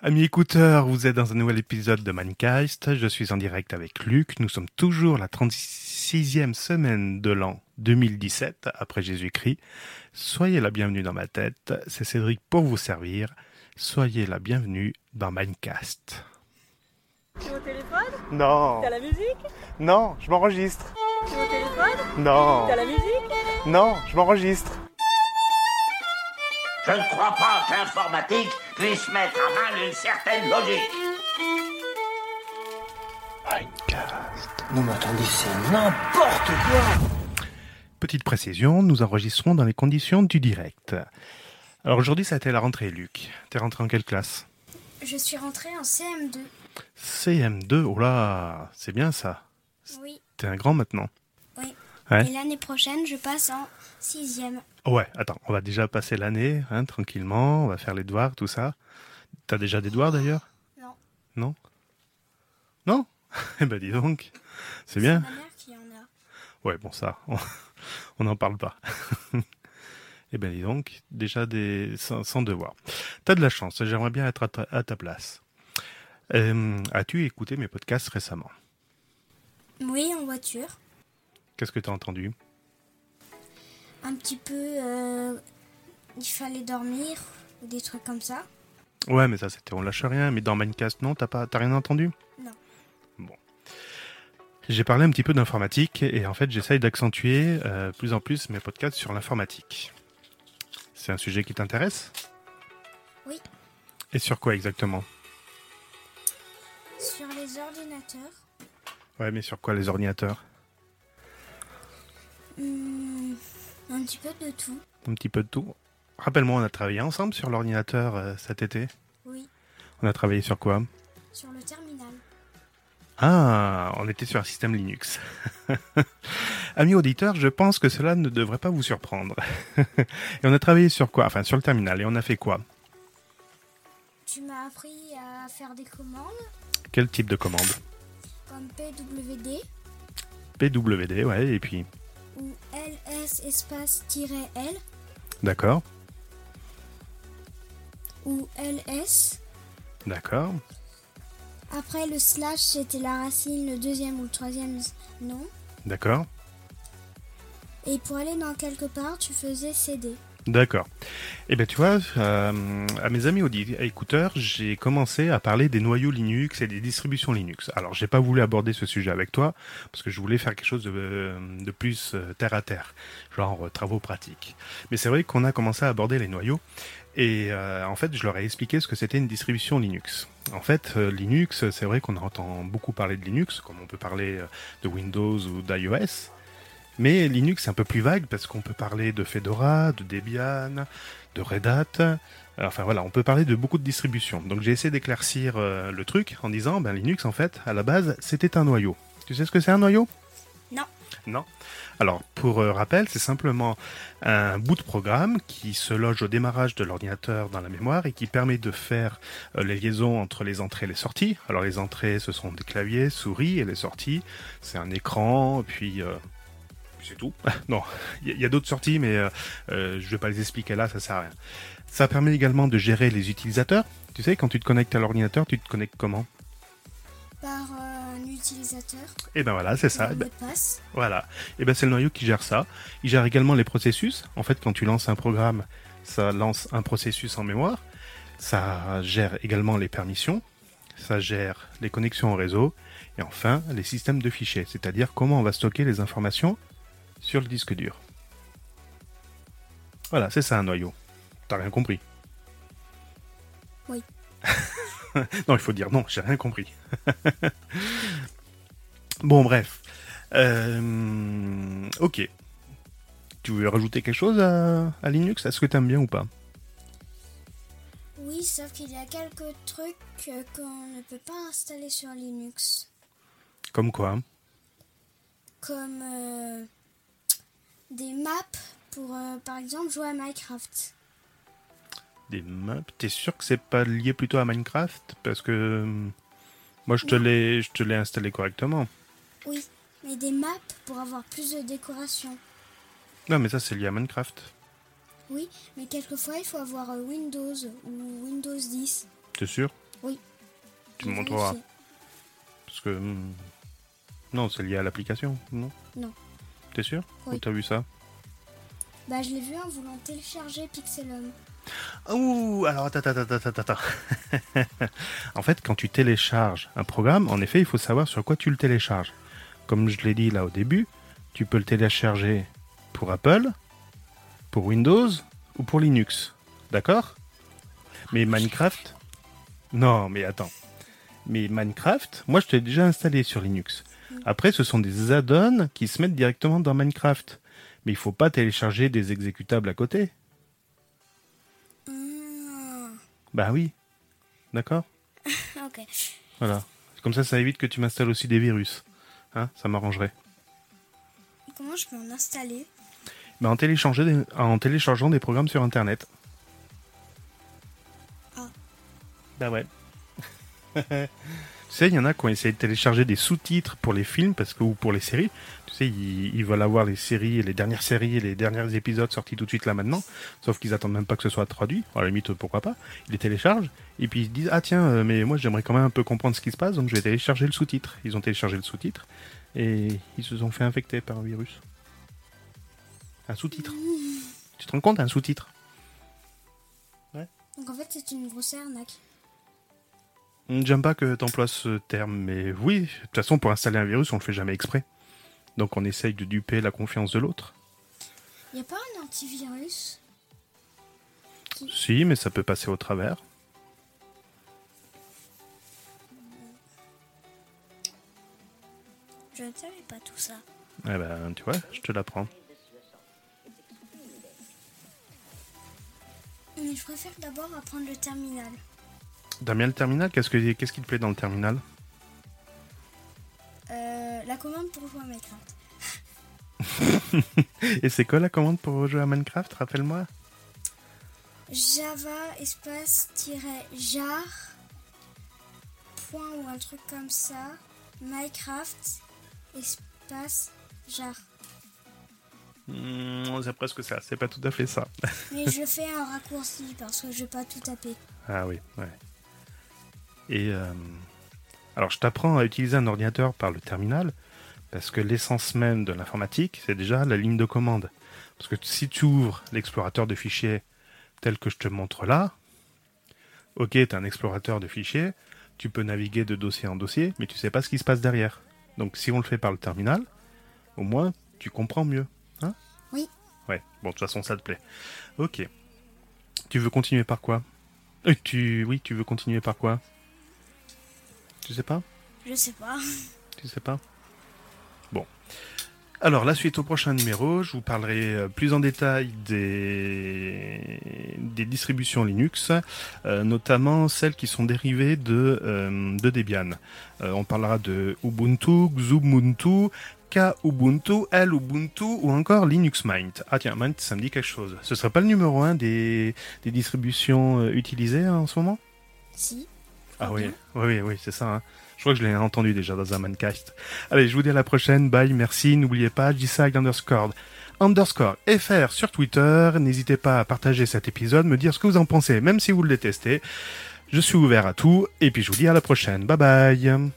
Amis écouteurs, vous êtes dans un nouvel épisode de Mancast. Je suis en direct avec Luc. Nous sommes toujours la 36e semaine de l'an 2017 après Jésus-Christ. Soyez la bienvenue dans ma tête. C'est Cédric pour vous servir. Soyez la bienvenue dans Mancast. Tu es au téléphone Non, T'as la musique non, je m'enregistre. Tu es au téléphone Non, T'as la musique non, je m'enregistre. Je ne crois pas que l'informatique puisse mettre à mal une certaine logique. Non mais attendez, c'est n'importe quoi Petite précision, nous enregistrons dans les conditions du direct. Alors aujourd'hui, ça a été la rentrée, Luc. T'es rentré en quelle classe Je suis rentrée en CM2. CM2, oh là, c'est bien ça. Oui. T'es un grand maintenant. Ouais. Et l'année prochaine, je passe en 6e. Ouais, attends, on va déjà passer l'année, hein, tranquillement, on va faire les devoirs, tout ça. T'as déjà des devoirs d'ailleurs Non. Non Non Eh ben dis donc, c'est bien. Ma mère qui en a. Ouais, bon ça, on n'en parle pas. eh ben dis donc, déjà des sans, sans devoirs. T'as de la chance, j'aimerais bien être à ta, à ta place. Euh, As-tu écouté mes podcasts récemment Oui, en voiture. Qu'est-ce que t'as entendu Un petit peu, euh, il fallait dormir, ou des trucs comme ça. Ouais, mais ça, c'était on lâche rien. Mais dans Minecast, non, t'as pas, t'as rien entendu Non. Bon. J'ai parlé un petit peu d'informatique et en fait, j'essaye d'accentuer euh, plus en plus mes podcasts sur l'informatique. C'est un sujet qui t'intéresse Oui. Et sur quoi exactement Sur les ordinateurs, Ouais, mais sur quoi les ordinateurs hmm, un petit peu de tout. Un petit peu de tout. Rappelle-moi, on a travaillé ensemble sur l'ordinateur euh, cet été. Oui. On a travaillé sur quoi Sur le terminal. Ah, on était sur un système Linux. Amis auditeurs, je pense que cela ne devrait pas vous surprendre. et on a travaillé sur quoi Enfin, sur le terminal. Et on a fait quoi Tu m'as appris à faire des commandes Quel type de commande comme PWD PWD, ouais, et puis. ou LS espace L D'accord, ou LS. d'accord. Après le slash, c'était la racine, le deuxième ou le troisième nom. D'accord. Et pour aller dans quelque part, tu faisais CD. D'accord. Eh bien, tu vois, euh, à mes amis audi- écouteurs, j'ai commencé à parler des noyaux Linux et des distributions Linux. Alors, j'ai pas voulu aborder ce sujet avec toi parce que je voulais faire quelque chose de, de plus euh, terre à terre, genre euh, travaux pratiques. Mais c'est vrai qu'on a commencé à aborder les noyaux et euh, en fait, je leur ai expliqué ce que c'était une distribution Linux. En fait, euh, Linux, c'est vrai qu'on entend beaucoup parler de Linux, comme on peut parler euh, de Windows ou d'iOS. Mais Linux, c'est un peu plus vague parce qu'on peut parler de Fedora, de Debian, de Red Hat. Enfin voilà, on peut parler de beaucoup de distributions. Donc j'ai essayé d'éclaircir euh, le truc en disant, ben Linux en fait, à la base, c'était un noyau. Tu sais ce que c'est un noyau Non. Non. Alors pour euh, rappel, c'est simplement un bout de programme qui se loge au démarrage de l'ordinateur dans la mémoire et qui permet de faire euh, les liaisons entre les entrées et les sorties. Alors les entrées, ce sont des claviers, souris, et les sorties, c'est un écran, puis euh, c'est tout. non, il y a- il y a, d'autres sorties, mais euh, euh, je vais pas les expliquer là, ça sert à rien. Ça permet également de gérer les utilisateurs. Tu sais, quand tu te connectes à l'ordinateur, tu te connectes comment Par euh, un utilisateur. Et ben voilà, c'est ça. le Eh ben, mot de passe. voilà. Et ben c'est le noyau qui gère ça. Il gère également les processus. En fait, quand tu lances un programme, ça lance un processus en mémoire. Ça gère également les permissions. Ça gère les connexions au réseau. Et enfin, les systèmes de fichiers, c'est-à-dire comment on va stocker les informations sur le disque dur. Voilà, c'est ça un noyau. T'as rien compris Oui. non, il faut dire non, j'ai rien compris. bon, bref. Euh, ok. Tu veux rajouter quelque chose à, à Linux Est-ce que t'aimes bien ou pas Oui, sauf qu'il y a quelques trucs euh, qu'on ne peut pas installer sur Linux. Comme quoi hein Comme euh, des maps pour, euh, par exemple, jouer à Minecraft. Des maps T'es sûr que c'est pas lié plutôt à Minecraft Parce que euh, moi, je te l'ai, je te l'ai installé correctement. Oui, mais des maps pour avoir plus de décoration. Non, mais ça, c'est lié à Minecraft. Oui, mais quelquefois, il faut avoir euh, Windows ou Windows 10. T'es sûr tu me montreras. Parce que. hmm, Non, c'est lié à l'application, non Non. T'es sûr Oui. Ou t'as vu ça Bah, je l'ai vu en voulant télécharger Pixelum. Ouh, alors attends, attends, attends, attends, attends. en fait, quand tu télécharges un programme, en effet, il faut savoir sur quoi tu le télécharges. Comme je l'ai dit là au début, tu peux le télécharger pour Apple, pour Windows ou pour Linux. D'accord Mais Minecraft Non, mais attends. Mais Minecraft, moi je t'ai déjà installé sur Linux. Après, ce sont des add-ons qui se mettent directement dans Minecraft. Mais il faut pas télécharger des exécutables à côté. Ah, Bah oui. D'accord ok. Voilà. Comme ça, ça évite que tu m'installes aussi des virus. Hein ça m'arrangerait. Comment je peux en installer Mais en, téléchargeant des- en téléchargeant des programmes sur Internet. Ah. Bah ouais. tu sais, il y en a qui ont essayé de télécharger des sous-titres pour les films parce que, ou pour les séries. Tu sais, ils, ils veulent avoir les séries, et les dernières séries et les derniers épisodes sortis tout de suite là maintenant. Sauf qu'ils attendent même pas que ce soit traduit. À la limite, pourquoi pas. Ils les téléchargent et puis ils se disent Ah tiens, euh, mais moi j'aimerais quand même un peu comprendre ce qui se passe donc je vais télécharger le sous-titre. Ils ont téléchargé le sous-titre et ils se sont fait infecter par un virus. Un sous-titre. Tu te rends compte, un sous-titre Donc en fait, c'est une grosse arnaque. J'aime pas que t'emploies ce terme, mais oui, de toute façon, pour installer un virus, on le fait jamais exprès. Donc on essaye de duper la confiance de l'autre. Y a pas un antivirus Si, mais ça peut passer au travers. Je ne savais pas tout ça. Eh ben, tu vois, je te l'apprends. Mais je préfère d'abord apprendre le terminal. Damien, le terminal, qu'est-ce, que, qu'est-ce qui te plaît dans le terminal Euh, la commande pour jouer à Minecraft. Et c'est quoi la commande pour jouer à Minecraft Rappelle-moi. Java espace tiret jar point ou un truc comme ça. Minecraft espace jar. Hmm, c'est presque ça, c'est pas tout à fait ça. Mais je fais un raccourci parce que je vais pas tout taper. Ah oui, ouais. Et euh, alors, je t'apprends à utiliser un ordinateur par le terminal, parce que l'essence même de l'informatique, c'est déjà la ligne de commande. Parce que si tu ouvres l'explorateur de fichiers tel que je te montre là, ok, tu un explorateur de fichiers, tu peux naviguer de dossier en dossier, mais tu sais pas ce qui se passe derrière. Donc, si on le fait par le terminal, au moins, tu comprends mieux. Hein Oui. Ouais, bon, de toute façon, ça te plaît. Ok. Tu veux continuer par quoi euh, tu... Oui, tu veux continuer par quoi Tu sais pas Je sais pas. Tu sais pas Bon. Alors, la suite au prochain numéro, je vous parlerai euh, plus en détail des, des distributions Linux, euh, notamment celles qui sont dérivées de, euh, de Debian. Euh, on parlera de Ubuntu, Xubuntu, Kubuntu, Lubuntu ou encore Linux Mint. Ah tiens, Mint, ça me dit quelque chose. Ce serait pas le numéro 1 des, des distributions euh, utilisées hein, en ce moment Si. ah Ah oui, bien. oui, oui, oui, c'est ça. hein. Je crois que je l'ai entendu déjà dans un mancast. Allez, je vous dis à la prochaine. Bye, merci. N'oubliez pas, Jisag underscore underscore fr sur Twitter. N'hésitez pas à partager cet épisode, me dire ce que vous en pensez, même si vous le détestez. Je suis ouvert à tout. Et puis je vous dis à la prochaine. Bye bye.